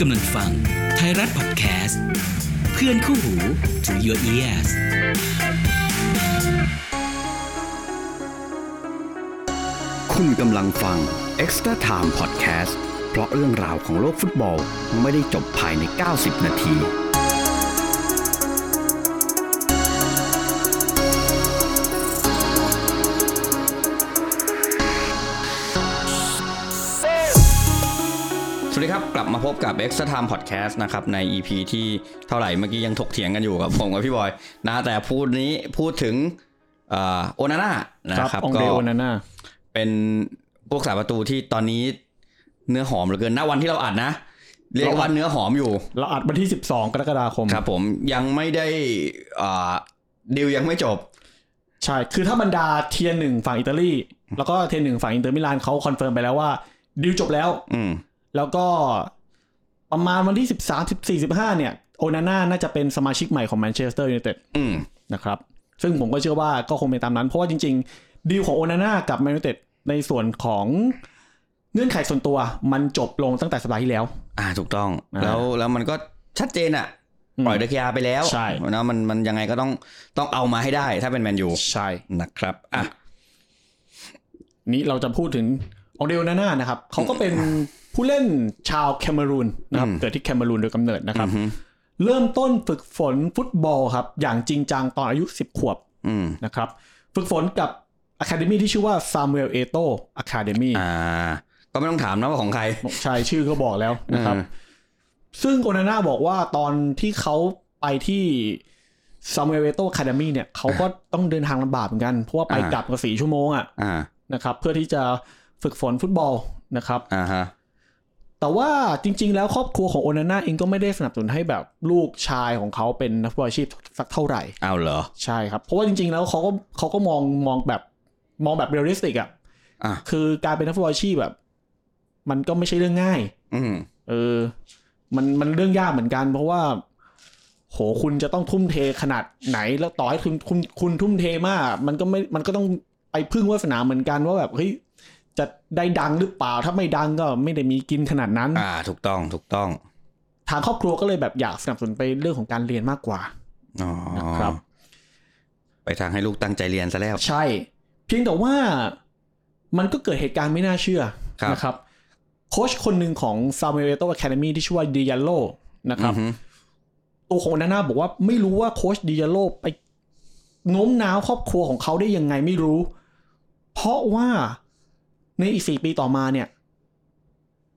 กำลังฟังไทยรัฐพอดแคสต์ เพื่อนคู่หู to your ears คุณกำลังฟัง Extra Time Podcast เพราะเรื่องราวของโลกฟุตบอลไม่ได้จบภายใน 90 นาที สวัสดีครับ กลับมาพบกับ Extra Time Podcast นะครับ ใน EP ที่เท่าไหร่เมื่อกี้ยังถกเถียงกันอยู่กับผมกับพี่บอย นะแต่พูดนี้พูดถึงเอ่อโอนาน่านะ ครั ครับ บองเดโอนาน่า เป็นพวกสาประตูที่ตอนนี้เนื้อหอมเหลือเกินณวันที่เราอัดนะ เรียกว่าเนื้อหอมอยู่ เราอัดวันที่ 12 กรกฎาคม ครับผมยังไม่ได้อ่าดิวยังไม่จบ ใช่ คือถ้าบรรดาเทียหนึ่งฝั่งอิตาลี แล้วก็เทียหนึ่งฝั่งอินเตอร์มิลานเขาคอนเฟิร์มไปแล้วว่าดิวจบแล้ว อืม แล้วก็ประมาณวันที่ 13 14 15 เนี่ย โอนาน่าน่าจะเป็นสมาชิกใหม่ของแมนเชสเตอร์ยูไนเต็ด อืม นะครับ ซึ่งผมก็เชื่อว่าก็คงเป็นตามนั้น เพราะว่าจริงๆดีลของโอนาน่ากับแมนยูไนเต็ดในส่วนของเงื่อนไขส่วนตัวมันจบลงตั้งแต่สัปดาห์ที่แล้ว อ่าถูกต้อง อ่า แล้วแล้วมันก็ชัดเจนอะ อืม ปล่อยเดกยาไปแล้ว ใช่ นะมันมันยังไงก็ต้องต้องเอามาให้ได้ ถ้าเป็นแมนยู ใช่ นะครับอ่ะ นี้เราจะพูดถึงองเดลนาน่านะครับเขาก็เป็นผู้เล่นชาวแคเมรูนนะครับเกิดที่แคเมรูนโดยกำเนิดนะครับ เริ่มต้นฝึกฝนฟุตบอลครับ อย่างจริงจังตอนอายุ 10 ขวบ อืม นะครับ ฝึกฝนกับอะคาเดมีที่ชื่อว่าซามูเอลเอโตอะคาเดมี อ่า ก็ไม่ต้องถามนะว่าของใคร ใช่ชื่อก็บอกแล้วนะครับ อืม ซึ่งโอนาน่าบอกว่าตอนที่เขาไปที่ซามูเอลเอโตอะคาเดมีเนี่ยเขาก็ต้องเดินทางลำบากเหมือนกัน เพราะว่าไปกลับก็สี่ชั่วโมงอ่ะ อ่า นะครับเพื่อที่จะฝึกฝนฟุตบอลนะครับ อ่าฮะ แต่ว่าจริง ๆ แล้วครอบครัวของโอนาน่าเองก็ไม่ได้สนับสนุนให้แบบลูกชายของเขาเป็นนักฟุตบอลอาชีพสักเท่าไหร่ เอาเหรอ ใช่ครับ เพราะว่าจริง ๆ แล้วเขาก็เขาก็มองมองแบบมองแบบเรียลลิสติกอ่ะ อ่ะ คือการเป็นนักฟุตบอลอาชีพแบบ มันก็ไม่ใช่เรื่องง่าย อืม เออ มันมันเรื่องยากเหมือนกัน เพราะว่า โหคุณจะต้องทุ่มเทขนาดไหน แล้วต่อให้คุณคุณคุณทุ่มเทมาก มันก็ไม่มันก็ต้องไปพึ่งวาสนาเหมือนกันว่าแบบเฮ้ยจะได้ดังหรือเปล่า ถ้าไม่ดังก็ไม่ได้มีกินขนาดนั้น อ่า ถูกต้องถูกต้อง ทางครอบครัวก็เลยแบบอยากสนับสนุนไปเรื่องของการเรียนมากกว่า อ๋อ นะครับ ไปทางให้ลูกตั้งใจเรียนซะแล้ว ใช่ เพียงแต่ว่ามันก็เกิดเหตุการณ์ไม่น่าเชื่อ ครับ นะครับโค้ชคนหนึ่งของซามูเอโตอะคาเดมีที่ชื่อว่าดิยาโลนะครับ อือฮึ ตัวของโอนาน่าบอกว่าไม่รู้ว่าโค้ชดิยาโลไปโน้มน้าวครอบครัวของเขาได้ยังไงไม่รู้ เพราะว่าในอีกสี่ปีต่อมาเนี่ย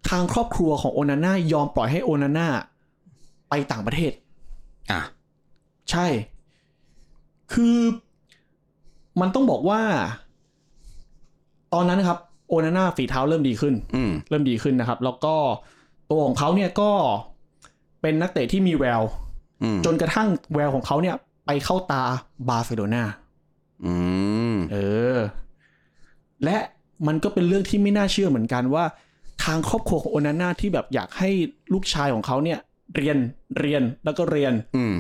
ทางครอบครัวของโอนาน่ายอมปล่อยให้โอนาน่าไปต่างประเทศ อ่ะ ใช่ คือมันต้องบอกว่า ตอนนั้นนะครับ โอนาน่าฝีเท้าเริ่มดีขึ้น อืม เริ่มดีขึ้นนะครับ แล้วก็ตัวของเขาเนี่ยก็เป็นนักเตะที่มีแวว อืม จนกระทั่งแววของเขาเนี่ย ไปเข้าตาบาร์เซโลนา อืม เออ และมันก็เป็นเรื่องที่ไม่น่าเชื่อเหมือนกันว่า ทางครอบครัวของโอนาน่าที่แบบอยากให้ลูกชายของเขาเนี่ย เรียนเรียนแล้วก็เรียน อืม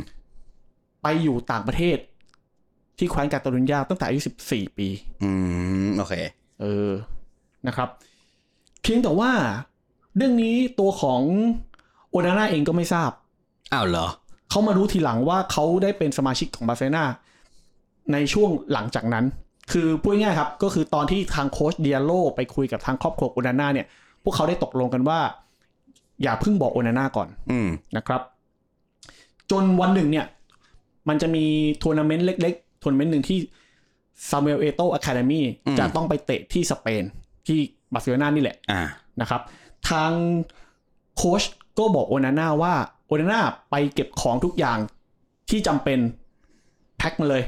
ไปอยู่ต่างประเทศ ที่แคว้นกาตาลุญญาตั้งแต่อายุ14 ปี อืม โอเค เออนะครับ เพียงแต่ว่าเรื่องนี้ตัวของโอนาน่าเองก็ไม่ทราบ อ้าวเหรอ เขามารู้ทีหลังว่าเขาได้เป็นสมาชิกของบาร์เซโลนาในช่วงหลังจากนั้น คือพูดง่ายๆครับ ก็คือตอนที่ทางโค้ชเดียโลไปคุยกับทางครอบครัวโอนาน่าเนี่ย พวกเขาได้ตกลงกันว่า อย่าเพิ่งบอกโอนาน่าก่อน อืม นะครับ จนวันหนึ่งเนี่ย มันจะมีทัวร์นาเมนต์เล็กๆทัวร์นาเมนต์หนึ่งที่ซามูเอลเอโตอะคาเดมี อืม จะต้องไปเตะที่สเปน ที่บาร์เซโลนานี่แหละ อ่า นะครับทางโค้ชก็บอกโอนาน่าว่าโอนาน่าไปเก็บของทุกอย่างที่จำเป็นแพ็คมาเลย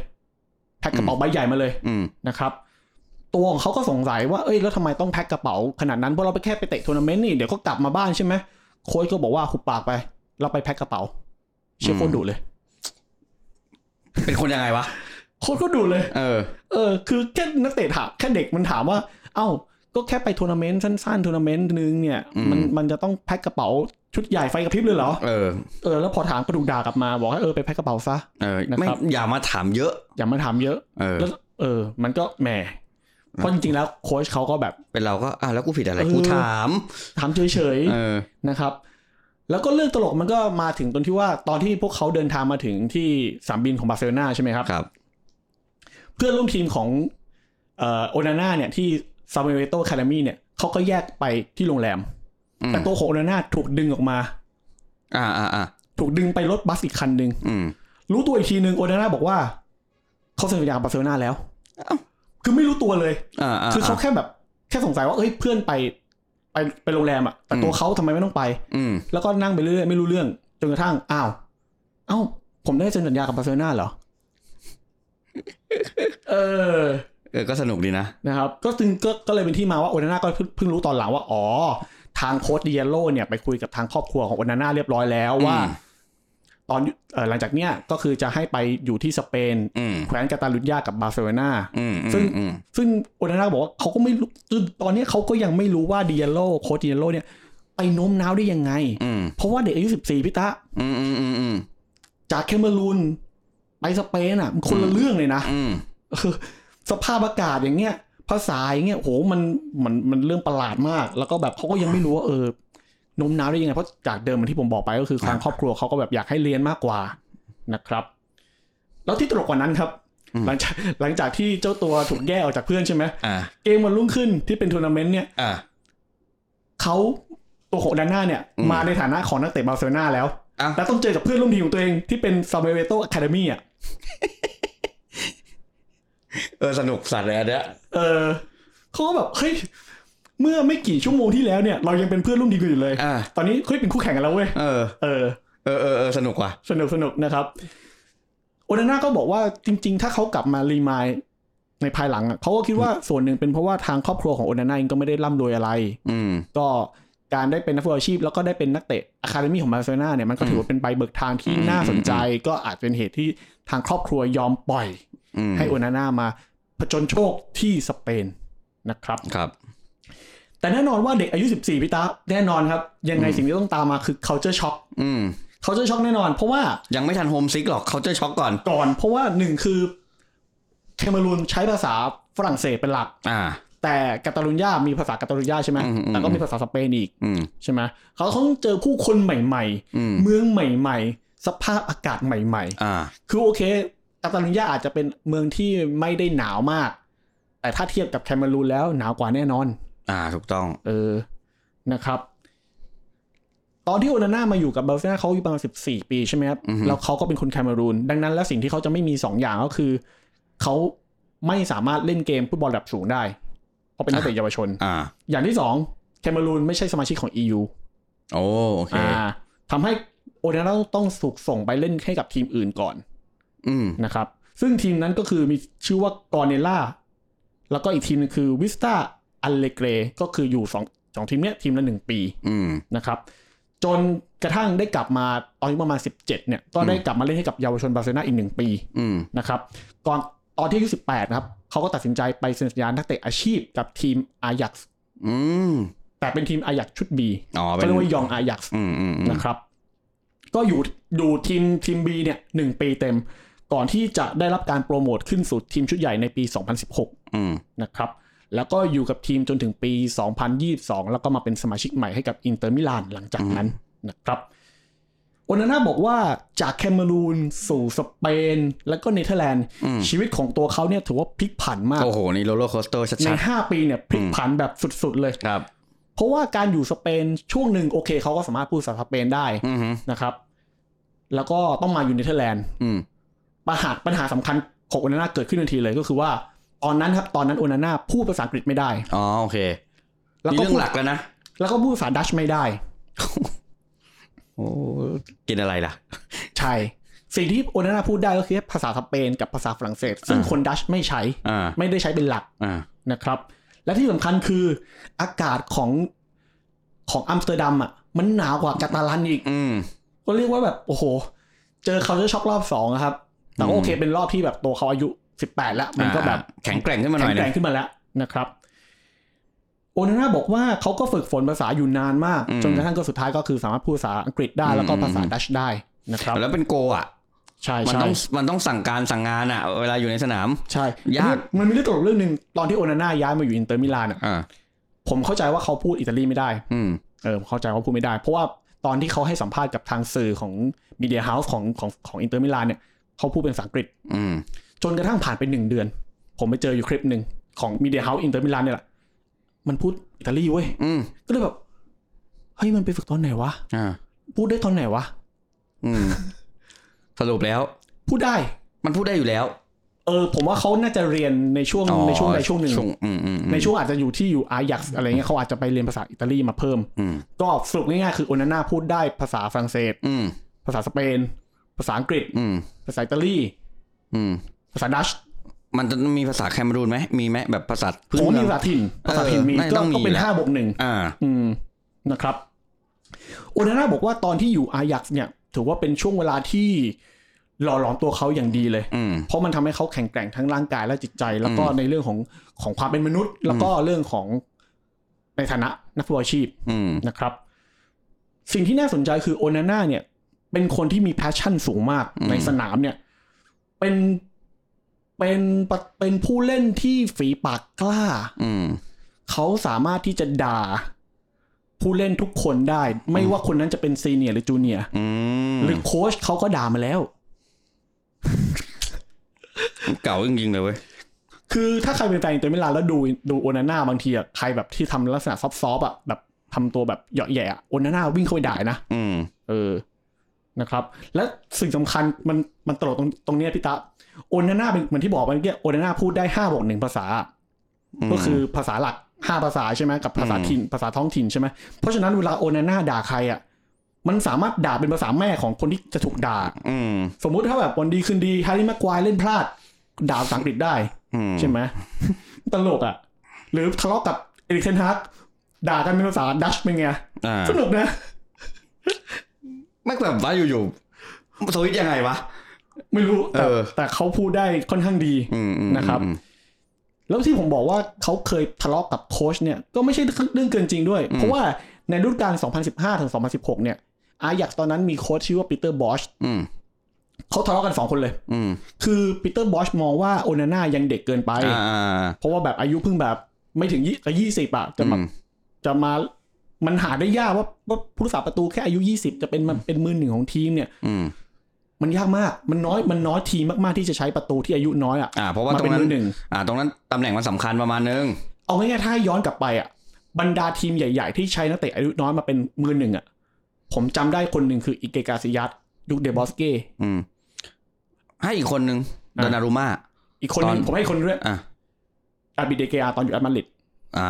แพ็คกระเป๋าใบใหญ่มาเลย อืม นะครับ ตัวของเขาก็สงสัยว่าเอ้ยแล้วทำไมต้องแพ็คกระเป๋าขนาดนั้นเพราะเราไปแค่ไปเตะทัวร์นาเมนต์นี่เดี๋ยวก็กลับมาบ้านใช่ไหมโค้ชก็บอกว่าหุบปากไป เราไปแพ็คกระเป๋า เชื่อโคตรดุเลย เป็นคนยังไงวะ โค้ชก็ดุเลย เออ เออคือแค่นักเตะถามแค่เด็กมันถามว่า เอ้า ก็แค่ไปทัวร์นาเมนต์สั้นๆทัวร์นาเมนต์นึงเนี่ย อืม มันมันจะต้องแพ็คกระเป๋าชุดใหญ่ไฟกระพริบเลยเหรอ เออ เออ แล้วพอถามก็ถูกด่ากลับมา บอกให้เออไปแพ็คกระเป๋าซะ เออ นะครับ ไม่ อย่ามาถามเยอะ อย่ามาถามเยอะ เออ แล้วเออ มันก็แหมเพราะจริงๆแล้วโค้ชเขาก็แบบ เป็นเราก็ อ่ะแล้วกูผิดอะไร เออ กูถาม ถามเฉย เออ ๆนะครับ แล้วก็เรื่องตลกมันก็มาถึงตรงที่ว่าตอนที่พวกเขาเดินทางมาถึงที่สนามบินของบาร์เซโลนาใช่ไหมครับ ครับ เพื่อนร่วมทีมของเอ่อโอนาน่าเนี่ยที่ซาเมเวโตคาดามีเนี่ยเขาก็แยกไปที่โรงแรม อืม แต่ตัวของโอนาน่าถูกดึงออกมา อ่าอ่าอ่า ถูกดึงไปรถบัสอีกคันหนึ่ง อืม รู้ตัวอีกทีหนึ่งโอนาน่าบอกว่าเขาเซ็นสัญญากับบาร์เซโลนาแล้ว อ้าว คือไม่รู้ตัวเลย อ่าอ่า คือเขาแค่แบบแค่สงสัยว่าเอ้ยเพื่อนไปไปไปโรงแรมอะแต่ตัวเขาทำไมไม่ต้องไป อืม แล้วก็นั่งไปเรื่อยๆไม่รู้เรื่องจนกระทั่งอ้าว เอ้า ผมได้เซ็นสัญญากับบาร์เซโลนาเหรอ เออ เออก็สนุกดีนะ นะครับก็จึงก็ก็เลยเป็นที่มาว่าโอนาน่าก็เพิ่งเพิ่งรู้ตอนหลังว่าอ๋อ ทางโค้ดดิเยโลเนี่ยไปคุยกับทางครอบครัวของโอนาน่าเรียบร้อยแล้วว่า อืม ตอนเอ่อหลังจากเนี้ยก็คือจะให้ไปอยู่ที่สเปน อืม แขวนกาตาลุญญากับบาร์เซโลนา อืมอืม ซึ่ง อืม ซึ่งโอนาน่าบอกว่าเขาก็ไม่รู้จนตอนเนี้ยเขาก็ยังไม่รู้ว่าดิเยโลโค้ดดิเยโลเนี่ยไปโน้มน้าวได้ยังไง อืม เพราะว่าเด็กอายุ14พี่ตะ อืมอืมอืมอืม จากแคเมรูนไปสเปนอ่ะมันคนละเรื่องเลยนะ อืม เออ สภาพอากาศอย่างเงี้ย ภาษาอย่างเงี้ยโหมันมันมันเรื่องประหลาดมาก แล้วก็แบบเขาก็ยังไม่รู้ว่าเออโนมน้าวได้ยังไง เพราะจากเดิมเหมือนที่ผมบอกไปก็คือทางครอบครัวเขาก็แบบอยากให้เรียนมากกว่านะครับ แล้วที่ตลกกว่านั้นครับ หลังจากหลังจากที่เจ้าตัวถูกแยกออกจากเพื่อนใช่ไหม อ่า เกมวันรุ่งขึ้นที่เป็นทัวร์นาเมนต์เนี่ย อ่า เขาตัวโคดาน่าเนี่ย อืม มาในฐานะของนักเตะบาร์เซโลนาแล้ว อ่ะ แล้วต้องเจอกับเพื่อนร่วมทีมของตัวเองที่เป็นซาเมเวโตอะคาเดมี่อ่ะ เออสนุกสัตว์เลยอันเนี้ย เออเขาก็แบบเฮ้ยเมื่อไม่กี่ชั่วโมงที่แล้วเนี่ย เรายังเป็นเพื่อนร่วมทีมกันอยู่เลย อ่า ตอนนี้เฮ้ยเป็นคู่แข่งกันแล้วเว้ย เออ เออ เออเออเออสนุกว่ะ สนุกสนุกนะครับ โอนาน่าก็บอกว่าจริง ๆ ถ้าเขากลับมารีมายในภายหลังอะเขาก็คิดว่าส่วนหนึ่งเป็นเพราะว่าทางครอบครัวของโอนาน่าเองก็ไม่ได้ร่ำรวยอะไร อืม ก็การได้เป็นนักฟุตบอลอาชีพ แล้วก็ได้เป็นนักเตะอะคาเดมี่ของบาร์เซโลนาเนี่ยมันก็ถือว่าเป็นใบเบิกทางที่ อืม น่าสนใจ ก็อาจเป็นเหตุที่ทางครอบครัวยอมปล่อย อืม ให้โอนาน่ามาผจญโชคที่สเปนนะครับ ครับ แต่แน่นอนว่าเด็กอายุ 14พี่ตาแน่นอนครับ ยังไงสิ่งที่ต้องตามมาคือ culture shock อืม culture shock แน่นอน เพราะว่า ยังไม่ทันโฮมซิกหรอกเขาจะช็อกก่อน ก่อนเพราะว่าหนึ่งคือแคเมรูนใช้ภาษาฝรั่งเศสเป็นหลัก อ่า แต่กาตาลุญญามีภาษากาตาลุญญาใช่ไหม อืมอืมอืม แล้วก็มีภาษาสเปนอีก อืม ใช่ไหมเขาต้องเจอผู้คนใหม่ อืม ๆ เมืองใหม่ๆ สภาพอากาศใหม่ อ่า ๆ คือโอเคกาตาลุญญาอาจจะเป็นเมืองที่ไม่ได้หนาวมาก แต่ถ้าเทียบกับแคเมรูนแล้วหนาวกว่าแน่นอน อ่า ถูกต้อง เออ นะครับ ตอนที่โอนาน่ามาอยู่กับบาร์เซโลนาเขาอายู่ประมาณสิบสี่ปีใช่ไหมครับ อือฮึ แล้วเขาก็เป็นคนแคเมรูน ดังนั้นแล้วสิ่งที่เขาจะไม่มีสองอย่างก็คือ เขาไม่สามารถเล่นเกมฟุตบอลระดับสูงได้ เพราะเป็นนักเตะเยาวชน อ่า อย่างที่สองแคเมรูนไม่ใช่สมาชิกของ EU โอ้โอเค อ่าทำให้โอนาน่าต้องถูกส่งไปเล่นให้กับทีมอื่นก่อน อืม นะครับ ซึ่งทีมนั้นก็คือมีชื่อว่ากอร์เนล่า แล้วก็อีกทีมหนึงคือวิสตาอัลเลเกรก็คืออยู่สองสองทีมเนี้ยทีมละหนึ่งปี อืม นะครับจนกระทั่งได้กลับมาตอนอายุประมาณ 17เนี่ยก็ได้กลับมาเล่นให้กับเยาวชนบาร์เซโลนาอีกหนึ่งปี อืม นะครับก่อนตอนที่อายุ18นะครับเขาก็ตัดสินใจไปเซ็นสัญญานักเตะอาชีพกับทีมอายักซ์ อืม แต่เป็นทีมอายักซ์ชุด B อ๋อ เป็ เขา น เรียกว่ายองอายักซ์ อืมอืมอืม นะครับ ก็อยู่อยู่ทีมทีม B เนี่ยหนึ่งปีเต็ม ก่อนที่จะได้รับการโปรโมทขึ้นสู่ทีมชุดใหญ่ในปี 2016 อืม นะครับแล้วก็อยู่กับทีมจนถึงปี 2022 แล้วก็มาเป็นสมาชิกใหม่ให้กับอินเตอร์มิลานหลังจากนั้น นะครับโอนาน่าบอกว่าจากแคเมารูนสู่สเปน แล้วก็เนเธอร์แลนด์ อืม ชีวิตของตัวเขาเนี่ยถือว่าพลิกผันมาก โอ้โห นี่โรลเลอร์โคสเตอร์ ใน ชัด 5 ปีเนี่ยพลิกผันแบบสุดๆเลย ๆ ครับ เพราะว่าการอยู่สเปนช่วงหนึ่งโอเคเขาก็สามารถพูดภาษาสเปนได้ อืมฮึ นะครับ แล้วก็ต้องมาอยู่เนเธอร์แลนด์ อืม ปัญหาปัญหาสำคัญของโอนาน่าเกิดขึ้นทันทีเลยก็คือว่าตอนนั้นครับตอนนั้นโอนาน่าพูดภาษาอังกฤษไม่ได้ อ๋อ โอเค แล้ว นี่ ก็ เรื่อง พูด หลักแล้วนะ แล้วก็พูดภาษาดัชไม่ได้ โอ้กินอะไรล่ะ ใช่ สิ่งที่โอนาน่าพูดได้ก็คือภาษาสเปนกับภาษาฝรั่งเศส ซึ่ง อ่า คนดัชไม่ใช้ อ่า ไม่ได้ใช้เป็นหลัก อ่า นะครับ และที่สำคัญคืออากาศของของอัมสเตอร์ดัมอ่ะมันหนาวกว่ากาตาลันอีก อืม ก็เรียกว่าแบบ โอ้โห เจอเขาจะช็อกรอบสองอะครับ แต่ก็โอเคเป็นรอบที่แบบตัวเขาอายุสิบแปดแล้ว มันก็แบบ อ่าแข็งแกร่งขึ้นมาหน่อยนะ แข็งแกร่งขึ้นมาแล้วนะครับ โอนาน่าบอกว่าเขาก็ฝึกฝนภาษาอยู่นานมาก จนกระทั่งก็สุดท้ายก็คือสามารถพูดภาษาอังกฤษได้แล้วก็ภาษาดัชได้นะครับ แล้วเป็นโกอ่ะ ใช่ มัน ใช่ ต้องมันต้องสั่งการสั่งงานอ่ะ เวลาอยู่ในสนาม ใช่ ยาก มันมีเรื่องตลกเรื่องหนึ่งตอนที่โอนาน่าย้ายมาอยู่อินเตอร์มิลานอ่ะ อ่า ผมเข้าใจว่าเขาพูดอิตาลีไม่ได้ อืม เออผมเข้าใจว่าพูดไม่ได้ เพราะว่า ตอนที่เขาให้สัมภาษณ์กับทางสื่อของมีเดียเฮาส์ของของของอินเตอร์มิลานเนี่ยเขาพูดเป็นภาษาอังกฤษ อืม จนกระทั่งผ่านไปหนึ่งเดือน ผมไปเจออยู่คลิปหนึ่งของมีเดียเฮาส์อินเตอร์มิลานเนี่ยแหละมันพูดอิตาลีเว้ย อืม ก็เลยแบบ เฮ้ยมันไปฝึกตอนไหนวะ อ่า พูดได้ตอนไหนวะ อืม สรุปแล้ว พูดได้ มันพูดได้อยู่แล้ว เออ ผมว่าเขาน่าจะเรียนในช่วง อ๋อ ในช่วงใดช่วงหนึ่ง อืมอืมอืม ในช่วงอาจจะอยู่ที่อยู่อายักอะไรเงี้ยเขาอาจจะไปเรียนภาษาอิตาลีมาเพิ่ม อืม ก็สรุปง่ายๆคือโอนาน่าพูดได้ภาษาฝรั่งเศส อืม ภาษาสเปน ภาษาอังกฤษ อืม ภาษาอิตาลี อืม ภาษาดัช มันจะมีภาษาแคเมรูนไหมมีไหมแบบภาษาพื้น ผมว่า เมื มี อง ภาษาถิ่น ภาษาถิ่นมี เออน่าจะ ก็ ต้องมี ก็เป็น แหละ ห้าบวกหนึ่ง อ่า อืมนะครับโอนาน่าบอกว่าตอนที่อยู่อายักเนี่ย ถือว่าเป็นช่วงเวลาที่หล่อหลอมตัวเขาอย่างดีเลย อืม เพราะมันทำให้เขาแข็งแกร่งทั้งร่างกายและจิตใจ แล้วก็ อืม ในเรื่องของของความเป็นมนุษย์ แล้วก็เรื่องของในฐานะนักฟุตบอลอาชีพ อืม นะครับ สิ่งที่น่าสนใจคือโอนาน่าเนี่ย เป็นคนที่มีแพชชั่นสูงมากในสนามเนี่ย เป็นเป็นเป็นผู้เล่นที่ฝีปากกล้า อืม เขาสามารถที่จะด่า ผู้เล่นทุกคนได้ ไม่ว่าคนนั้นจะเป็นซีเนียร์หรือจูเนียร์ อืม หรือโค้ชเขาก็ด่ามาแล้ว เก่าจริงๆเลยเว้ย คือถ้าใครเป็นแฟนอินเตอร์มิลานแล้วดูดูโอนาน่าบางทีอะใครแบบที่ทำลักษณะซอฟต์ๆอะแบบทำตัวแบบเหยาะแหย่อะโอนาน่าวิ่งเข้าไปด่านะ อืม เออนะครับ และสิ่งสำคัญมันมันตลกตรงตรงเนี้ยพี่ตะโอนาน่าเป็นเหมือนที่บอกไปเมื่อกี้โอนาน่าพูดได้ห้าบวกหนึ่งภาษา ม ก็คือภาษาหลักห้าภาษาใช่ไหมกับภาษาถิ่นภาษาท้องถิ่นใช่ไหมเพราะฉะนั้นเวลาโอนาน่าด่าใครอ่ะมันสามารถด่าเป็นภาษาแม่ของคนที่จะถูกด่า อืม สมมุติถ้าแบบวันดีคืนดีแฮร์รี่แม็กควายเล่นพลาด ด่าภาษาอังกฤษได้ อืม ใช่ไหม ตลกอ่ะ หรือทะเลาะกับเอริกเทนฮากด่ากันเป็นภาษาดัชเป็นไง อ่า สนุกนะ ไม่แบบว่าอยู่ๆสวิตช์ยังไงวะ ไม่รู้แต่ เออ แต่เขาพูดได้ค่อนข้างดี อืมอืม นะครับ อืม แล้วที่ผมบอกว่าเขาเคยทะเลาะกับโค้ชเนี่ยก็ไม่ใช่เรื่องเกินจริงด้วย เพราะว่าในรุ่นการ 2015 ถึง 2016 เนี่ย อายักตอนนั้นมีโค้ชชื่อว่าปีเตอร์บอช อืม เขาทะเลาะกัน 2 คนเลย อืม คือปีเตอร์บอชมองว่าโอนาน่ายังเด็กเกินไป อ่าอ่าอ่า เพราะว่าแบบอายุเพิ่งแบบไม่ถึงยี่ยี่สิบอะจะมา อืม จะมามันหาได้ยากว่าว่าผู้รักษาประตูแค่อายุ 20 จะเป็นมันเป็นมือหนึ่งของทีมเนี่ย อืม มันยากมากมันน้อยมันน้อยทีมมากๆที่จะใช้ประตูที่อายุน้อยอะ อ่า เพราะว่า มา ตร เป็น งนั้ มื น อหนึ่ง อ่า ตรงนั้นตำแหน่งมันสำคัญประมาณนึง เอาง่ายๆถ้าย้อนกลับไปอ่ะบรรดาทีมใหญ่ ๆ ที่ใช้นักเตะอายุน้อยมาเป็นมือหนึ่งอ่ะผมจำได้คนหนึ่งคืออิเกกาซิยัตยุคเดบอสเก้ อืม ให้อีกคนนึง อ่ะ ดอนารุมา อีกคนหนึง ตอน ผมให้คนด้วย อ่ะ อาบิเดเกอาตอนอยู่แอตมาดริด อ่า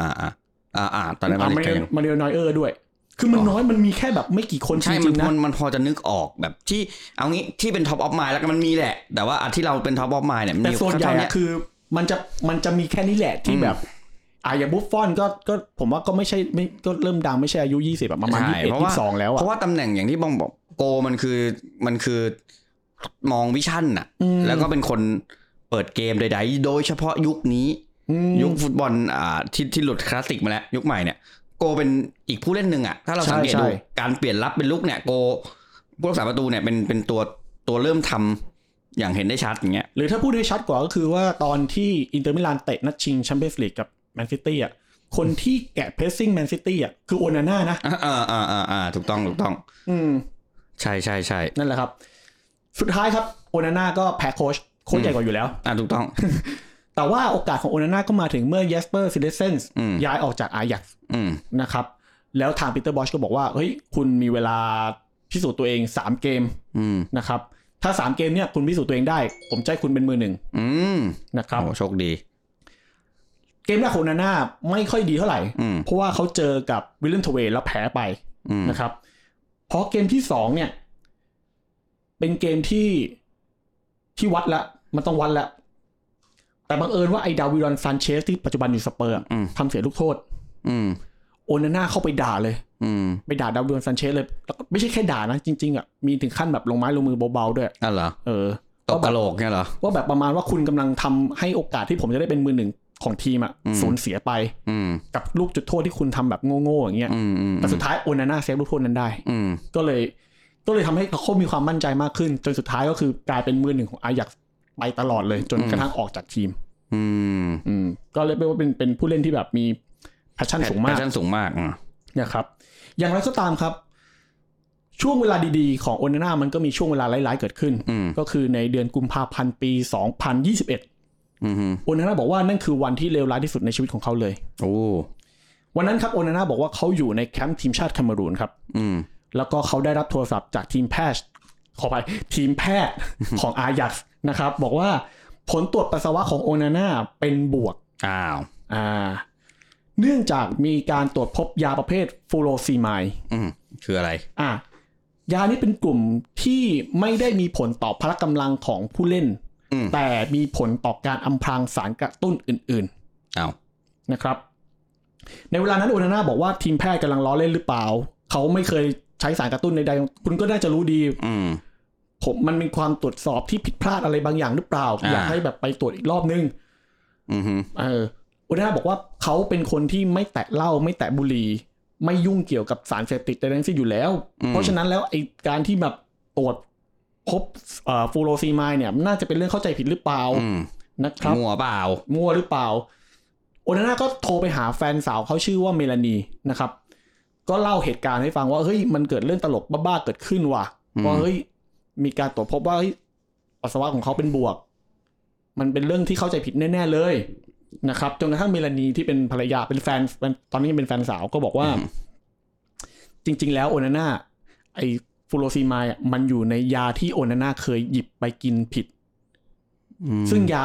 อ่า อ่า อ่าอ่าตอนนั้นมา อ่ะ เลดมาเร กันอลยู่ มาเรลนอยเออร์ด้วย คือมันน้อยมันมีแค่แบบไม่กี่คนจ ใช่มั ริ น งๆนะ มันมันพอจะนึกออกแบบที่เอางี้ที่เป็นท็อปออฟไมล์แล้วกันมันมีแหละ แต่ว่าอันที่เราเป็นท็อปออฟไมล์เนี่ยมัน แต่ มี ส่วนใหญ่ เท่า อะ เนี้ย คือมันจะมันจะมีแค่นี้แหละที่ อืม แบบอ่ะอย่างบุฟฟอนก็ก็ผมว่าก็ไม่ใช่ไม่ก็เริ่มดังไม่ใช่อายุยี่สิบแบบประมาณ ใช่ ยี่สิบเอ็เพดราะ ยี่ ว่า สิบสองแล้วอ่ะ เพราะว่าตำแหน่งอย่างที่บองบอกโกมันคือมันคือมองวิชั่นน่ะ อืม แล้วก็เป็นคนเปิดเกมใดๆ โดยเฉพาะยุคนี้ อืม ยุคฟุตบอลอ่าที่ที่หลุดคลาสสิกมาแล้ว ยุคใหม่เนี่ย โกเป็นอีกผู้เล่นหนึ่งอ่ะ ถ้าเรา ใช่ สังเกตดู ใช่ การเปลี่ยนรับเป็นลุกเนี่ยโกผู้รักษาประตูเนี่ยเป็นเป็นตัวตัวเริ่มทำอย่างเห็นได้ชัดอย่างเงี้ย หรือถ้าพูดให้ชัดกว่าก็คือว่าตอนที่อินเตอร์มิลานเตะนัดชิงแชมเปี้ยนส์ลีกกับแมนซิตี้อ่ะคนที่แกะเพรสซิ่งแมนซิตี้อ่ะคือโอนาน่านะ อ่าอ่าอ่าอ่าอ่าถูกต้องถูกต้อง อืม ใช่ใช่ใช่ นั่นแหละครับ สุดท้ายครับโอนาน่าก็แพ้โค้ชโค้ชใหญ่กว่าอยู่แล้ว อ่าถูกต้อง แต่ว่าโอกาสของโอนาน่าก็มาถึงเมื่อเยสเปอร์ซิเดเซนส์ อืม ย้ายออกจากอายัก อืม นะครับ แล้วทางปีเตอร์บอชก็บอกว่า เฮ้ย คุณมีเวลาพิสูจน์ตัวเอง 3 เกม อืม นะครับ ถ้า 3 เกมเนี่ยคุณพิสูจน์ตัวเองได้ ผมจะให้คุณเป็นมือหนึ่ง อืม นะครับ โอ้โชคดี เกมแรกของโอนาน่าไม่ค่อยดีเท่าไหร่ อืม เพราะว่าเขาเจอกับวิลเล m มทเวย์แล้วแพ้ไป อืม นะครับ เพราะเกมที่สองเนี่ย เป็นเกมที่ที่วัดละ มันต้องวัดละ แต่บังเอิญว่าไอ้ดาวิรอนซานเชสที่ปัจจุบันอยู่สเปอร์อะ อืม ทำเสียลูกโทษ อืม โอนาน่าเข้าไปด่าเลย อืม ไปด่าดาวิรอนซานเชสเลยแล้วก็ไม่ใช่แค่ด่านะ จริง ๆอ่ะมีถึงขั้นแบบลงไม้ลงมือเบาๆด้วย อ่ะเหรอ เออ ตบกระโหลกเนี่ยเหรอ ว่าแบบประมาณว่าคุณกำลังทำให้โอกาสที่ผมจะได้เป็นมือหนึ่งของทีมอ่ะ อืม สูญเสียไป อืม กับลูกจุดโทษที่คุณทำแบบโง่ๆอย่างเงี้ย อืมอืม แต่สุดท้ายโอนาน่าเซฟลูกโทษนั้นได้ อืม ก็เลยก็เลยทำให้เขามีความมั่นใจมากขึ้น จนสุดท้ายก็คือกลายเป็นมือหนึ่งของอายักไปตลอดเลย จนกระทั่งออกจากทีม อืม อืม ก็เลยกได้ว่าเป็นเป็นผู้เล่นที่แบบมี p พ s ชั่นสูงมาก แพชชั่นสูงมากอ่ะ นะครับ อย่างไรก็ตามครับ ช่วงเวลาดีๆ ของโอนาน่ามันก็มีช่วงเวลาร้ายๆเกิดขึ้น อืม ก็คือในเดือนกุมภาพันธ์ปี 2021 อืมฮึ โอนาน่าบอกว่านั่นคือวันที่เลวร้ายที่สุดในชีวิตของเขาเลย โอ้ วันนั้นครับโอนาน่าบอกว่าเขาอยู่ในแคมป์ทีมชาติแคาเมารูนครับ อืม แล้วก็เขาได้รับโทรศัพท์จากทีมแพทย์ ขอไปทีมแพ ทย์ ของอายักนะครับ บอกว่าผลตรวจปัสสาวะของโอนาน่าเป็นบวก อ้าว อ่า เนื่องจากมีการตรวจพบยาประเภทฟูโรซีไมด์ อืม คืออะไร อ่ะยานี้เป็นกลุ่มที่ไม่ได้มีผลต่อพละกำลังของผู้เล่น อืม แต่มีผลต่อการอำพรางสารกระตุ้นอื่น ๆ อ้าว นะครับ ในเวลานั้นโอนาน่าบอกว่าทีมแพทย์กำลังล้อเล่นหรือเปล่า เขาไม่เคยใช้สารกระตุ้นใดๆคุณก็น่าจะรู้ดี อืม ผมมันเป็นความตรวจสอบที่ผิดพลาดอะไรบางอย่างหรือเปล่า อ่า อยากให้แบบไปตรวจอีกรอบนึง อืมฮึ เออโอนาน่าบอกว่าเขาเป็นคนที่ไม่แตะเหล้าไม่แตะบุหรี่ไม่ยุ่งเกี่ยวกับสารเสพติดใดๆทั้งสิ้นอยู่แล้ว เพราะฉะนั้นแล้วไอการที่แบบตรวจพบเอ่อฟูโรซีไมด์เนี่ยน่าจะเป็นเรื่องเข้าใจผิดหรือเปล่า อืม นะครับ มัวเปล่า มั่วหรือเปล่า โอนาน่าก็โทรไปหาแฟนสาวเขาชื่อว่าเมลานีนะครับ ก็เล่าเหตุการณ์ให้ฟังว่าเฮ้ยมันเกิดเรื่องตลกบ้าๆเกิดขึ้นว่ะ อืม ว่าเฮ้ยมีการตรวจพบว่าเฮ้ยปัสสาวะของเขาเป็นบวก มันเป็นเรื่องที่เข้าใจผิดแน่ๆเลยนะครับจนกระทั่งเมลานีที่เป็นภรรยาเป็นแฟนเป็นตอนนี้ยังเป็นแฟนสาวก็บอกว่า จริง ๆ แล้วโอนาน่าไอฟูโรซีไมด์อะมันอยู่ในยาที่โอนาน่าเคยหยิบไปกินผิด อืม ซึ่งยา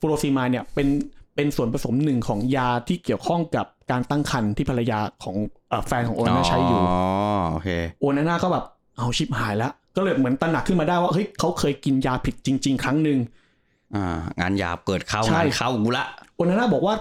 ฟูโรซีมายเนี่ยเป็นเป็นส่วนผสมหนึ่งของยาที่เกี่ยวข้องกับการตั้งครรภ์ที่ภรรยาของเอ่อแฟนของโอนาน่าใช้อยู่ อ๋อ โอเค โอนาน่าก็แบบเอาชิบหายแล้ว ก็เลยเหมือนตระหนักขึ้นมาได้ว่าเฮ้ยเขาเคยกินยาผิดจริง ๆ ครั้งหนึ่ง อ่างานหยาบเกิดเข้า ใช่ งานเข้ากูละ โอนาน่าบอกว่า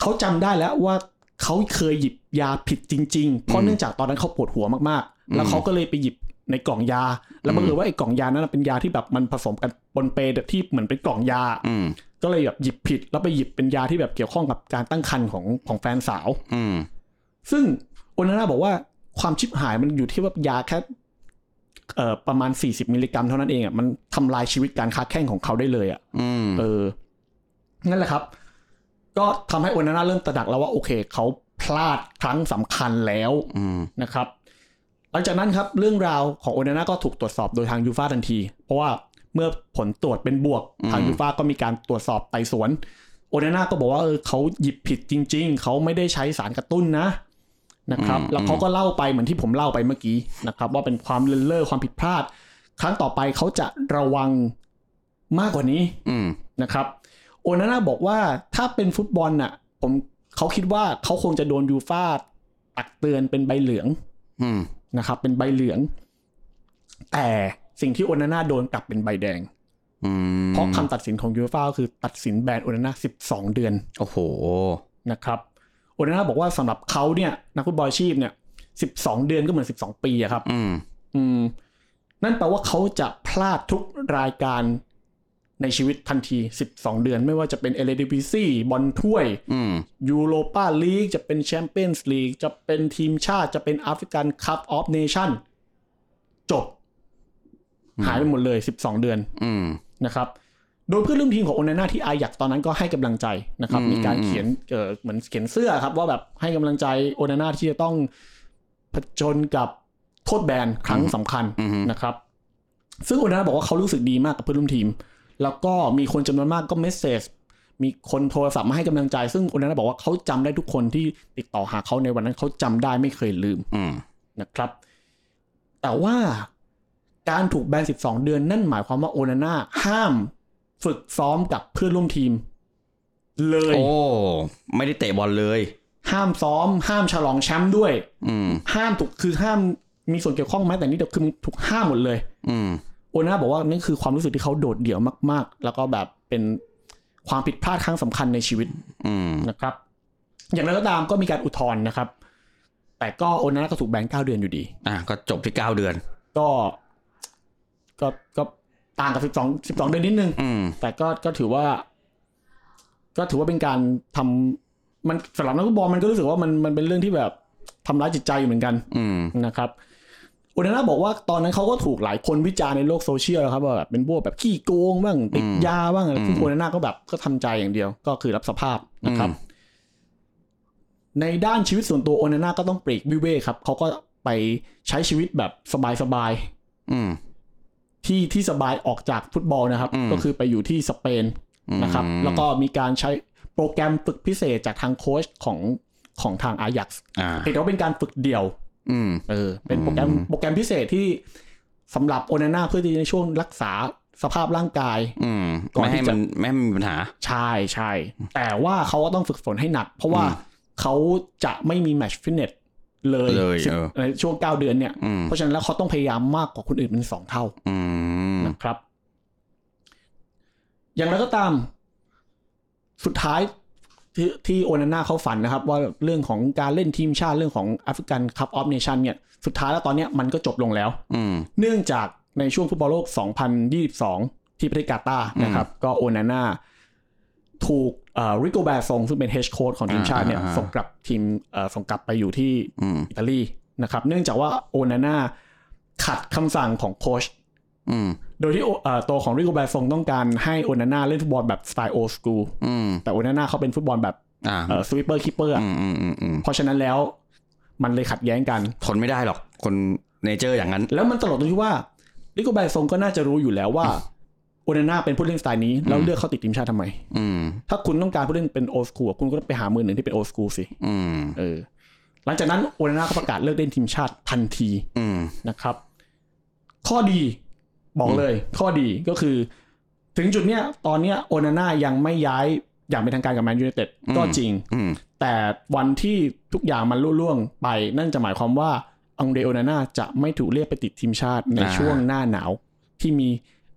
เขาจำได้แล้วว่าเขาเคยหยิบยาผิดจริง ๆ เพราะเนื่องจากตอนนั้นเขาปวดหัวมากๆ แล้วเขาก็เลยไปหยิบในกล่องยา แล้วบังเอิญว่าไอ้กล่องยานั้นนะเป็นยาที่แบบมันผสมกันปนเปที่เหมือนเป็นกล่องยา อืม ก็เลยแบบหยิบผิดแล้วไปหยิบเป็นยาที่แบบเกี่ยวข้องกับการตั้งครรภ์ของของแฟนสาว อืม ซึ่งโอนาน่าบอกว่าความชิบหายมันอยู่ที่ว่ายาแค่เอ่อประมาณ 40 มิลลิกรัมเท่านั้นเองอ่ะมันทำลายชีวิตการค้าแข่งของเขาได้เลยอ่ะ อืม เออนั่นแหละครับ ก็ทำให้โอนาน่าเริ่มตระหนักแล้วว่าโอเค เขาพลาดครั้งสำคัญแล้ว อืม นะครับหลังจากนั้นครับเรื่องราวของโอนาน่าก็ถูกตรวจสอบโดยทางยูฟ่าทันที เพราะว่าเมื่อผลตรวจเป็นบวกทาง อืม ยูฟ่าก็มีการตรวจสอบไต่สวน โอนาน่าก็บอกว่าเออเขาหยิบผิดจริง ๆ เขาไม่ได้ใช้สารกระตุ้นนะนะครับ อืม แล้วเขาก็เล่าไปเหมือนที่ผมเล่าไปเมื่อกี้นะครับ ว่าเป็นความเลินเล่อความผิดพลาด ครั้งต่อไปเขาจะระวังมากกว่านี้ อืม นะครับ โอนาน่าบอกว่าถ้าเป็นฟุตบอลน่ะ ผมเขาคิดว่าเขาคงจะโดนยูฟ่าตักเตือนเป็นใบเหลือง อืม นะครับ เป็นใบเหลือง แต่สิ่งที่โอนาน่าโดนกลับเป็นใบแดง อืม เพราะคำตัดสินของยูฟ่าก็คือตัดสินแบนโอนาน่า12 เดือน โอ้โห นะครับโอนาน่าบอกว่าสำหรับเขาเนี่ยนักฟุตบอลอาชีพเนี่ย 12 เดือนก็เหมือน 12 ปีอะครับ อืม อืม นั่นแปลว่าเขาจะพลาดทุกรายการในชีวิตทันที 12 เดือน ไม่ว่าจะเป็นเอเลดิวิซีบอลถ้วย อืม ยูโรปาลีกจะเป็นแชมเปี้ยนส์ลีกจะเป็นทีมชาติจะเป็นแอฟริกันคัพออฟเนชั่นจบ หายไปหมดเลย 12 เดือน อืม นะครับ โดยเพื่อนร่วมทีมของโอนาน่าที่อายักตอนนั้นก็ให้กำลังใจนะครับ อืม มีการเขียนเอ่อเหมือนเขียนเสื้อครับ ว่าแบบให้กำลังใจโอนาน่าที่จะต้องผจญกับโทษแบนครั้งสำคัญ อืม นะครับ ซึ่งโอนาน่าบอกว่าเขารู้สึกดีมากกับเพื่อนร่วมทีม แล้วก็มีคนจำนวนมากก็เมสเซจมีคนโทรศัพท์มาให้กำลังใจ ซึ่งโอนาน่าบอกว่าเขาจำได้ทุกคนที่ติดต่อหาเขาในวันนั้นเขาจำได้ไม่เคยลืม อืม นะครับ แต่ว่าการถูกแบน 12 เดือนนั่นหมายความว่าโอนาน่าห้ามฝึกซ้อมกับเพื่อนร่วมทีม เลย โอ้ ไม่ได้เตะบอลเลย ห้ามซ้อม ห้ามฉลองแชมป์ด้วย อืม ห้ามถูกคือห้ามมีส่วนเกี่ยวข้องไหมแต่นี่เดียวคือมึงถูกห้ามหมดเลย อืม โอนาน่าบอกว่านั่นคือความรู้สึกที่เขาโดดเดี่ยวมาก ๆ แล้วก็แบบเป็นความผิดพลาดครั้งสำคัญในชีวิต อืม นะครับ อย่างไรก็ตามก็มีการอุทธรณ์นะครับ แต่ก็โอนาน่าก็ถูกแบน 9 เดือนอยู่ดี อ่ะ ก็จบที่เก้าเดือน ก็ก็ก็ต่างกับสิบสองสิบสองเดือนนิดนึง อืม แต่ก็ก็ถือว่า ก็ถือว่าเป็นการทำมันสำหรับนักฟุตบอลมันก็รู้สึกว่ามันมันเป็นเรื่องที่แบบทำร้ายจิตใจอยู่เหมือนกัน อืม นะครับอุนาน่าบอกว่าตอนนั้นเขาก็ถูกหลายคนวิจารณ์ในโลกโซเชียลแล้วครับว่าแบบเป็นพวกแบบขี้โกงบ้างติดยาบ้างอะไรซึ่งอุนาน่าก็แบบก็ทำใจอย่างเดียว ก็คือรับสภาพนะครับ ในด้านชีวิตส่วนตัวโอนาน่าก็ต้องปลีกวิเวกครับเขาก็ไป ไปใช้ชีวิตแบบสบาย อืม ๆที่ที่สบายออกจากฟุตบอลนะครับ อืม ก็คือไปอยู่ที่สเปน อืม นะครับ แล้วก็มีการใช้โปรแกรมฝึกพิเศษจากทางโค้ชของของทางอายักซ์ อ่า เห็นว่าเป็นการฝึกเดี่ยว อืม เออเป็นโปรแกรม อืม โปรแกรมพิเศษที่สำหรับโอนาน่าเพื่อที่ในช่วงรักษาสภาพร่างกาย อืม ก่อน ไม่ ที่ ให้ จะ มันไม่ให้มันมีปัญหา ใช่ใช่แต่ว่าเขาก็ต้องฝึกฝนให้หนัก เพราะว่า อืม เขาจะไม่มีแมตช์ฟิตเนสเลย เลย สิบ เออ ในช่วง 9 เดือนเนี่ย อืม เพราะฉะนั้นแล้วเขาต้องพยายามมากกว่าคนอื่นเป็นสองเท่า อืม นะครับ อย่างไรก็ตาม สุดท้ายที่ที่โอนาน่าเขาฝันนะครับ ว่าเรื่องของการเล่นทีมชาติเรื่องของแอฟริกันคัพออฟเนชันเนี่ยสุดท้ายแล้วตอนเนี้ยมันก็จบลงแล้ว อืม เนื่องจากในช่วงฟุตบอลโลก 2022 ที่ประเทศกาตาร์นะครับ ก็โอนาน่าถูกริโกแบซงซึ่งเป็นเฮดโค้ชของทีมชาติเนี่ย อ่าอ่า ส่งกลับทีมเอ่อส่งกลับไปอยู่ที่ อืม อิตาลีนะครับ เนื่องจากว่าโอนาน่าขัดคำสั่งของโค้ช อืม โดยที่โอเอ่อตัวของริโกแบซงต้องการให้โอนาน่าเล่นฟุตบอลแบบสไตล์โอสกูล อืม แต่โอนาน่าเขาเป็นฟุตบอลแบบ อ่า สวิปเปอร์คิปเปอร์ อืมอืมอืมอืม เพราะฉะนั้นแล้วมันเลยขัดแย้งกัน ทนไม่ได้หรอกคนเนเจอร์อย่างนั้น แล้วมันตลกตรงที่ว่าลิโกแบซงก็น่าจะรู้อยู่แล้วว่าโอนาน่าเป็นผู้เล่นสไตล์นี้ แล้วเลือกเขาติดทีมชาติทำไม อืม ถ้าคุณต้องการผู้เล่นเป็นโอสคูคุณก็ไปหามือหนึ่งที่เป็นโอสคูสิ อืม เออหลังจากนั้นโอนาน่าก็ประกาศเลิกเล่นทีมชาติทันที อืม นะครับ ข้อดีบอกเลย ข้อดีก็คือ ถึงจุดเนี้ยตอนเนี้ยโอนาน่ายังไม่ย้ายอย่างเป็นทางการกับแมนยูไนเต็ดก็จริง อืม แต่วันที่ทุกอย่างมันลุล่วงไปนั่นจะหมายความว่าอังเดโอนาน่าจะไม่ถูกเรียกไปติดทีมชาติใน อ่า ช่วงหน้าหนาวที่มี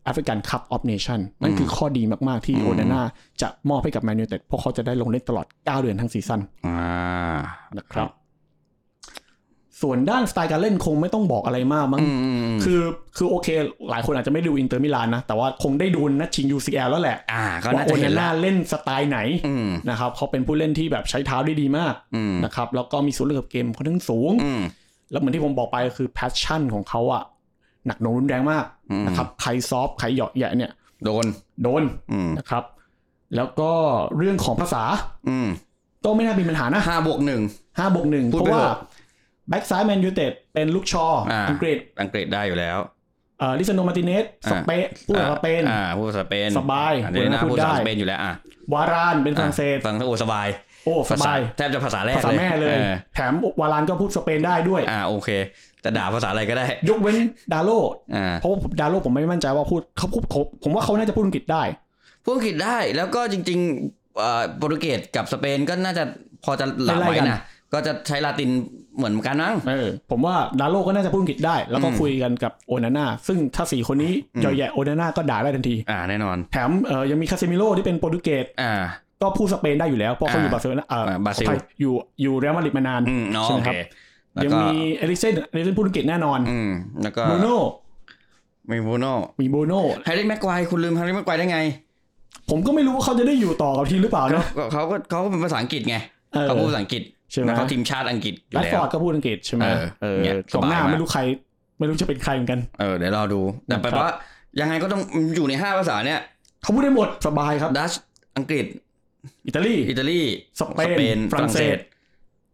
แอฟริกันคัพออฟเนชั่นนั่นคือข้อดีมาก ๆ ที่ อืม โอนาน่าจะมอบให้กับแมนยูไนเต็ดเพราะเขาจะได้ลงเล่นตลอด 9 เดือนทั้งซีซั่น อ่า นะครับ ส่วนด้านสไตล์การเล่นคงไม่ต้องบอกอะไรมากมั้ง อืมอืมอืม คือคือโอเค หลายคนอาจจะไม่ดูอินเตอร์มิลานนะ แต่ว่าคงได้ดูนัดชิง UCL แล้วแหละ อ่า ก็ ว่า น่า โอ จะเห็ นาแล้นน่าวเล่นสไตล์ไหน อืม นะครับเขาเป็นผู้เล่นที่แบบใช้เท้าได้ดีมาก อืม นะครับแล้วก็มีส่วนเรื่องกับเกมค่อนข้างสูง อืม แล้วเหมือนที่ผมบอกไปก็คือ passion ของเขาอะหนักหน่วงรุนแรงมาก อืม นะครับใครซอฟต์ใครเหยาะแยะเนี่ย โดน โดน อืม นะครับ แล้วก็เรื่องของภาษา อืม ก็ไม่น่ามีปัญหานะ ห้าบวกหนึ่ง ห้าบวกหนึ่ง พูดไปเพราะว่า เถอะ แบ็กซ้ายแมนยูเต็ดเป็นลูกชออา อังกฤษ อังกฤษได้อยู่แล้ว เอ่อลิซานโนมาร์ติเนสส อ่า เปนพูดภาษาสเปน อ่าพูดภาษาสเปน สบาย อันนี้นะ พู พูด ดได้ ภาษาสเปนอยู่แล้วอ่ะ วารานเป็นฝรั่งเศส ฟังทั้งโอสบาย โอ้ส ภษ บาย แทบจะภาษาแรก ภาษาแม่เลย ออ แถมวารานก็พูดสเปนได้ด้วย อ่าโอเค จะด่าภาษาอะไรก็ได้ ยกเว้นดาโล อ่า เพราะว่าดาโลผมไม่มั่นใจว่าพูดเขาพูดเขาผมว่าเขาน่าจะพูดอังกฤษได้ พูดอังกฤษได้แล้วก็จริงๆเอ่อโปรตุเกสกับสเปนก็น่าจะพอจะหลับ ไล่ ไว้ ๆกัน นะก็จะใช้ลาตินเหมือนกันมั้ง เออผมว่าดาโลก็น่าจะพูดอังกฤษได้ แล้วก็ อืม คุยกันกับโอนาน่าซึ่งถ้าสี่คนนี้ อืม เยอะแยะโอนาน่าก็ด่าได้ทันที อ่าแน่นอน แถมเอ่อยังมีคาเซมิโลที่เป็นโปรตุเกส อ่า ก็พูดสเปนได้อยู่แล้ว เพราะเขาอยู่ อ่า บาร์เซโลนาเอ่อ อ่าบราซิล ขออภัยอยู่อยู่เรอัลมาดริดมานาน อืมเนาะ ใช่ โอ ไหมค เครับ แล้ว ยัง ก็ มีเอลิกเซนเอลิกเซนพูดอังกฤษแน่นอน อืมแล้วก็ บรูโน่ มีบูโน่ มีบรูโน่ แฮร์รี่แม็กควายคุณลืมแฮร์รี่แม็กควายได้ไง ผมก็ไม่รู้ว่าเขาจะได้อยู่ต่อกับทีมหรือเปล่าเนาะ ก็เขาก็เขาก็เป็นภาษาอังกฤษไง เออ เขาพูดภาษาอังกฤษ ใช่ไหม แล้วเขาทีมชาติอังกฤษอยู่ แรแล้ดฟอ ว ร์ดก็พูดอังกฤษใช่ไหม เออ เออ เนี่ย กองหน้า สบายมาก ไม่รู้ใคร ไม่รู้จะเป็นใครเหมือนกัน เออเดี๋ยวรอดู แต่แปล นะครับ ว่ายังไงก็ต้องอยู่ในห้าภาษาเนี่ย เขาพูดได้หมดสบายครับ ดัชอังกฤษ อิตาลี อิตาลี สเปนฝรั่งเศส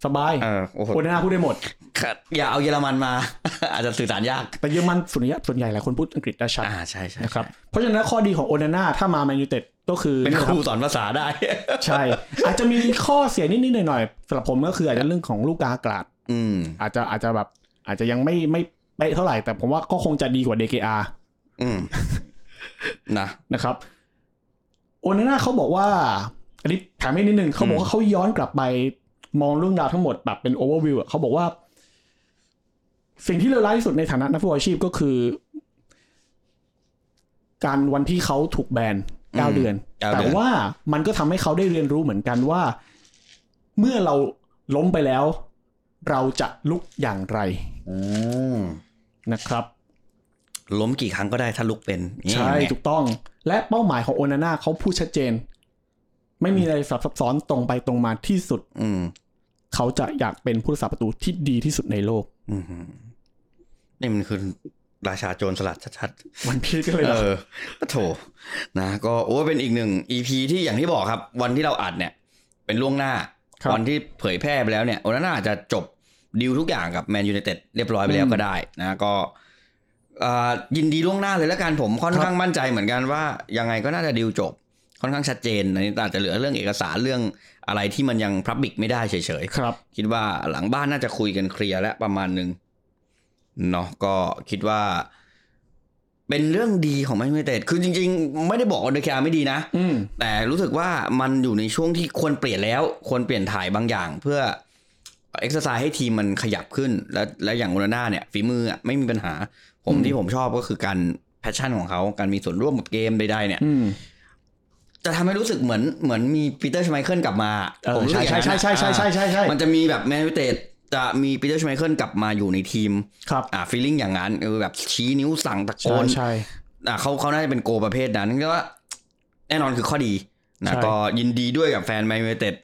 สบาย เออโอ้โห โอนาน่าพูดได้หมด ค่ะอย่าเอาเยอรมันมา อาจจะสื่อสารยาก แต่เยอรมันส่วนใหญ่ส่วนใหญ่หลายคนพูดอังกฤษได้ชัด อ่าใช่ใช่ นะครับ เพราะฉะนั้นข้อดีของโอนาน่าถ้ามาแมนยูเต็ดก็คือ เป็นครู ะ สอนภาษาได้ รับใช่ อาจจะมีข้อเสียนิดๆหน่อยๆสำหรับผมก็คืออาจจะเรื่องของลูกกากาด อืม อาจจะอาจจะแบบ อาจจะยังไม่ไม่เป๊ะเท่าไหร่ แต่ผมว่าก็คงจะดีกว่าเดเกอา อืมนะ นะครับโอนาน่าเขาบอกว่าอันนี้ถามให้นิดนึงเขาบอกว่าเขาย้อนกลับไปมองเรื่องราวทั้งหมดแบบเป็นโอเวอร์วิวเขาบอกว่า สิ่งที่เลวร้ายที่สุดในฐานะนักฟุตบอลอาชีพก็คือ การวันที่เขาถูกแบนเก้าเดือน เอา แต่ เดี๋ยว ว่ามันก็ทำให้เขาได้เรียนรู้เหมือนกันว่า เมื่อเราล้มไปแล้ว เราจะลุกอย่างไร อืม นะครับ ล้มกี่ครั้งก็ได้ถ้าลุกเป็นนี่ ใช่ ไง ถูกต้อง และเป้าหมายของโอนาน่าเขาพูดชัดเจน ไม่มีอะไรซับซ้อนตรงไปตรงมาที่สุด อืม เขาจะอยากเป็นผู้รักษาประตูที่ดีที่สุดในโลก อืมนี่มันคือราชาโจรสลัดชัดๆ วันพีชก็เลย เอ นะ อปะโถนะก็โอ้เป็นอีกหนึ่ง EP ที่อย่างที่บอกครับ วันที่เราอัดเนี่ย เป็นล่วงหน้า ครับ วันที่เผยแพร่ไปแล้วเนี่ยโอนาน่าอาจจะจบ ดีลทุกอย่างกับแมนยู i นเต็ดเรียบร้อยไปแล้ว อืม ก็ได้นะก็อ่ายินดีล่วงหน้าเลยแล้วกันผมค่อน ครับ ข้างมั่นใจเหมือนกันว่ายังไงก็น่าจะดีลจบ ค่อนข้างชัดเจนอันนี้อาจจะเหลือเรื่องเอกสารเรื่องอะไรที่มันยังพับบิกไม่ได้เฉยๆ ครับ คิดว่าหลังบ้านน่าจะคุยกันเคลียร์แล้วประมาณหนึ่งเนาะก็คิดว่า เป็นเรื่องดีของแมนยูไนเต็ดคือจริง ๆ ไม่ได้บอกว่าเดอะแคร์ไม่ดีนะ อืม แต่รู้สึกว่ามันอยู่ในช่วงที่ควรเปลี่ยนแล้ว ควรเปลี่ยนถ่ายบางอย่าง เพื่อเอ็กซ์ไซส์ให้ทีมมันขยับขึ้น และและอย่างโอนาน่าเนี่ย ฝีมืออะไม่มีปัญหา ผม อืม ที่ผมชอบก็คือการแพชชั่นของเขาการมีส่วนร่วมกับเกมใดๆเนี่ย อืม จะทำให้รู้สึกเหมือนเหมือนมีปีเตอร์ชไมเคิลกลับมา เออ ผมรู้สึกอย่างนั้น ใช่ใช่ใช่ใช่ใช่ใช่ใช่ มันจะมีแบบแมนยูเต็ดจะมีปีเตอร์ชไมเคิลกลับมาอยู่ในทีม ครับ อ่าฟีลลิ่งอย่างนั้นคือแบบชี้นิ้วสั่งตะโก ใช่ น ใช่ อ่าเขาเขาน่าจะเป็นโกประเภทนั้นก็ว่าแน่นอนคือข้อดีนะ ใช่ ก็ยินดีด้วยกับแฟนแมนยูเต็ด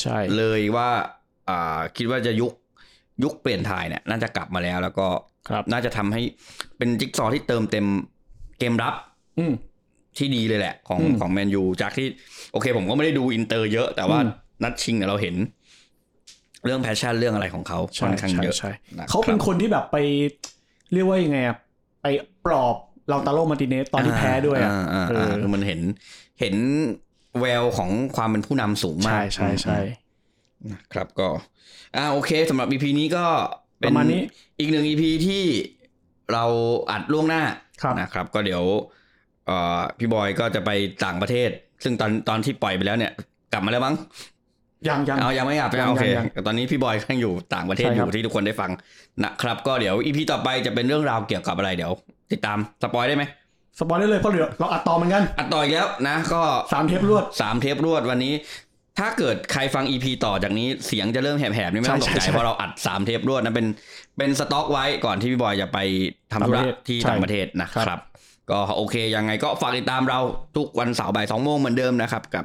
ใช่ เลยว่าอ่าคิดว่าจะยุคยุคเปลี่ยนถ่ายเนี่ยน่าจะกลับมาแล้ว แล้วก็ ครับ น่าจะทำให้เป็นจิ๊กซอว์ที่เติมเต็มเกมรับ อืม ที่ดีเลยแหละของ อืม ของแมนยูจากที่โอเค ผมก็ไม่ได้ดูอินเตอร์เยอะ แต่ว่า อืม นัดชิงเนี่ยเราเห็น เรื่องแพชชั่นเรื่องอะไรของเขาค่ ใช่ อนข้าง ใช่ เยอะ ใช่ ะ เขาเป็น รับ คนที่แบบไปเรียกว่ายังไงอะไปปลอบเราตาโลมาร์ติเนสตอนที่แพ้ด้วยอะ อ่าอ่า เอ อ่า อ คือมันเห็นเห็นแววของความเป็นผู้นำสูงมาก ใช่ใช่ใช่ นะครับก็ อ่าโอเคสำหรับ EP นี้ก็เ ประมาณนี้ อีกหนึ่ง EP ที่เราอัดล่วงหน้า ครับ นะครับ ก็เดี๋ยวเอ่อพี่บอยก็จะไปต่างประเทศ ซึ่งตอนตอนที่ปล่อยไปแล้วเนี่ย กลับมาแล้วมั้ง ยังยัง เอายังไม่อยากไปเอา ยัง โอเค ยัง แต่ตอนนี้พี่บอยข้างอยู่ต่างประเทศ ใช่ อ ครับ ยู่ที่ทุกคนได้ฟังนะครับ ก็เดี๋ยวอีพีต่อไปจะเป็นเรื่องราวเกี่ยวกับอะไรเดี๋ยว ติดตามสปอยได้ไหม สปอยได้เลยเพราะเดี๋ยวเราอัดต่อเหมือนกัน อัดต่ออีกแล้วนะ ก็ สามเทปรวด สามเทปรวดวันนี้ ถ้าเกิดใครฟังอีพีต่อจากนี้เสียงจะเริ่มแหบๆนี่ไม่ต้องตก ใช่ ใจ ใช่ เพราะเราอัดสามเทปรวดนะเป็นเป็นสต็อกไว้ก่อนที่พี่บอยจะไปทำธุระ ต่างประเทศ ที่ ใช่ ต่างประเทศนะครับ ก็โอเคยังไงก็ฝากติดตามเราทุกวันเสาร์บ่ายสองโมงเหมือนเดิมนะครับ กับ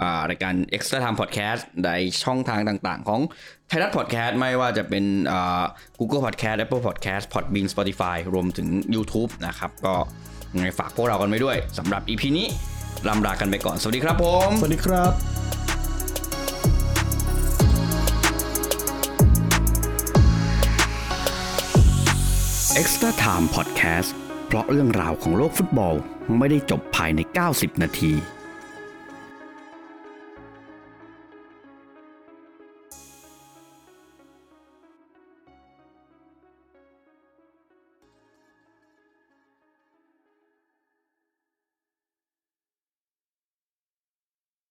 อ่ารายการ Extra Time Podcast ในช่องทางต่างๆ ของไทยรัฐ Podcast ไม่ว่าจะเป็นอ่า Google Podcast Apple Podcast Podbean Spotify รวมถึง YouTube นะครับ ก็ยังไงฝากพวกเรากันไว้ด้วยสำหรับ EP นี้ลำลากันไปก่อน สวัสดีครับผม สวัสดีครับ เอ็กซ์ตร้าไทม์พอดแคสต์เพราะเรื่องราวของโลกฟุตบอลไม่ได้จบภายใน 90 นาที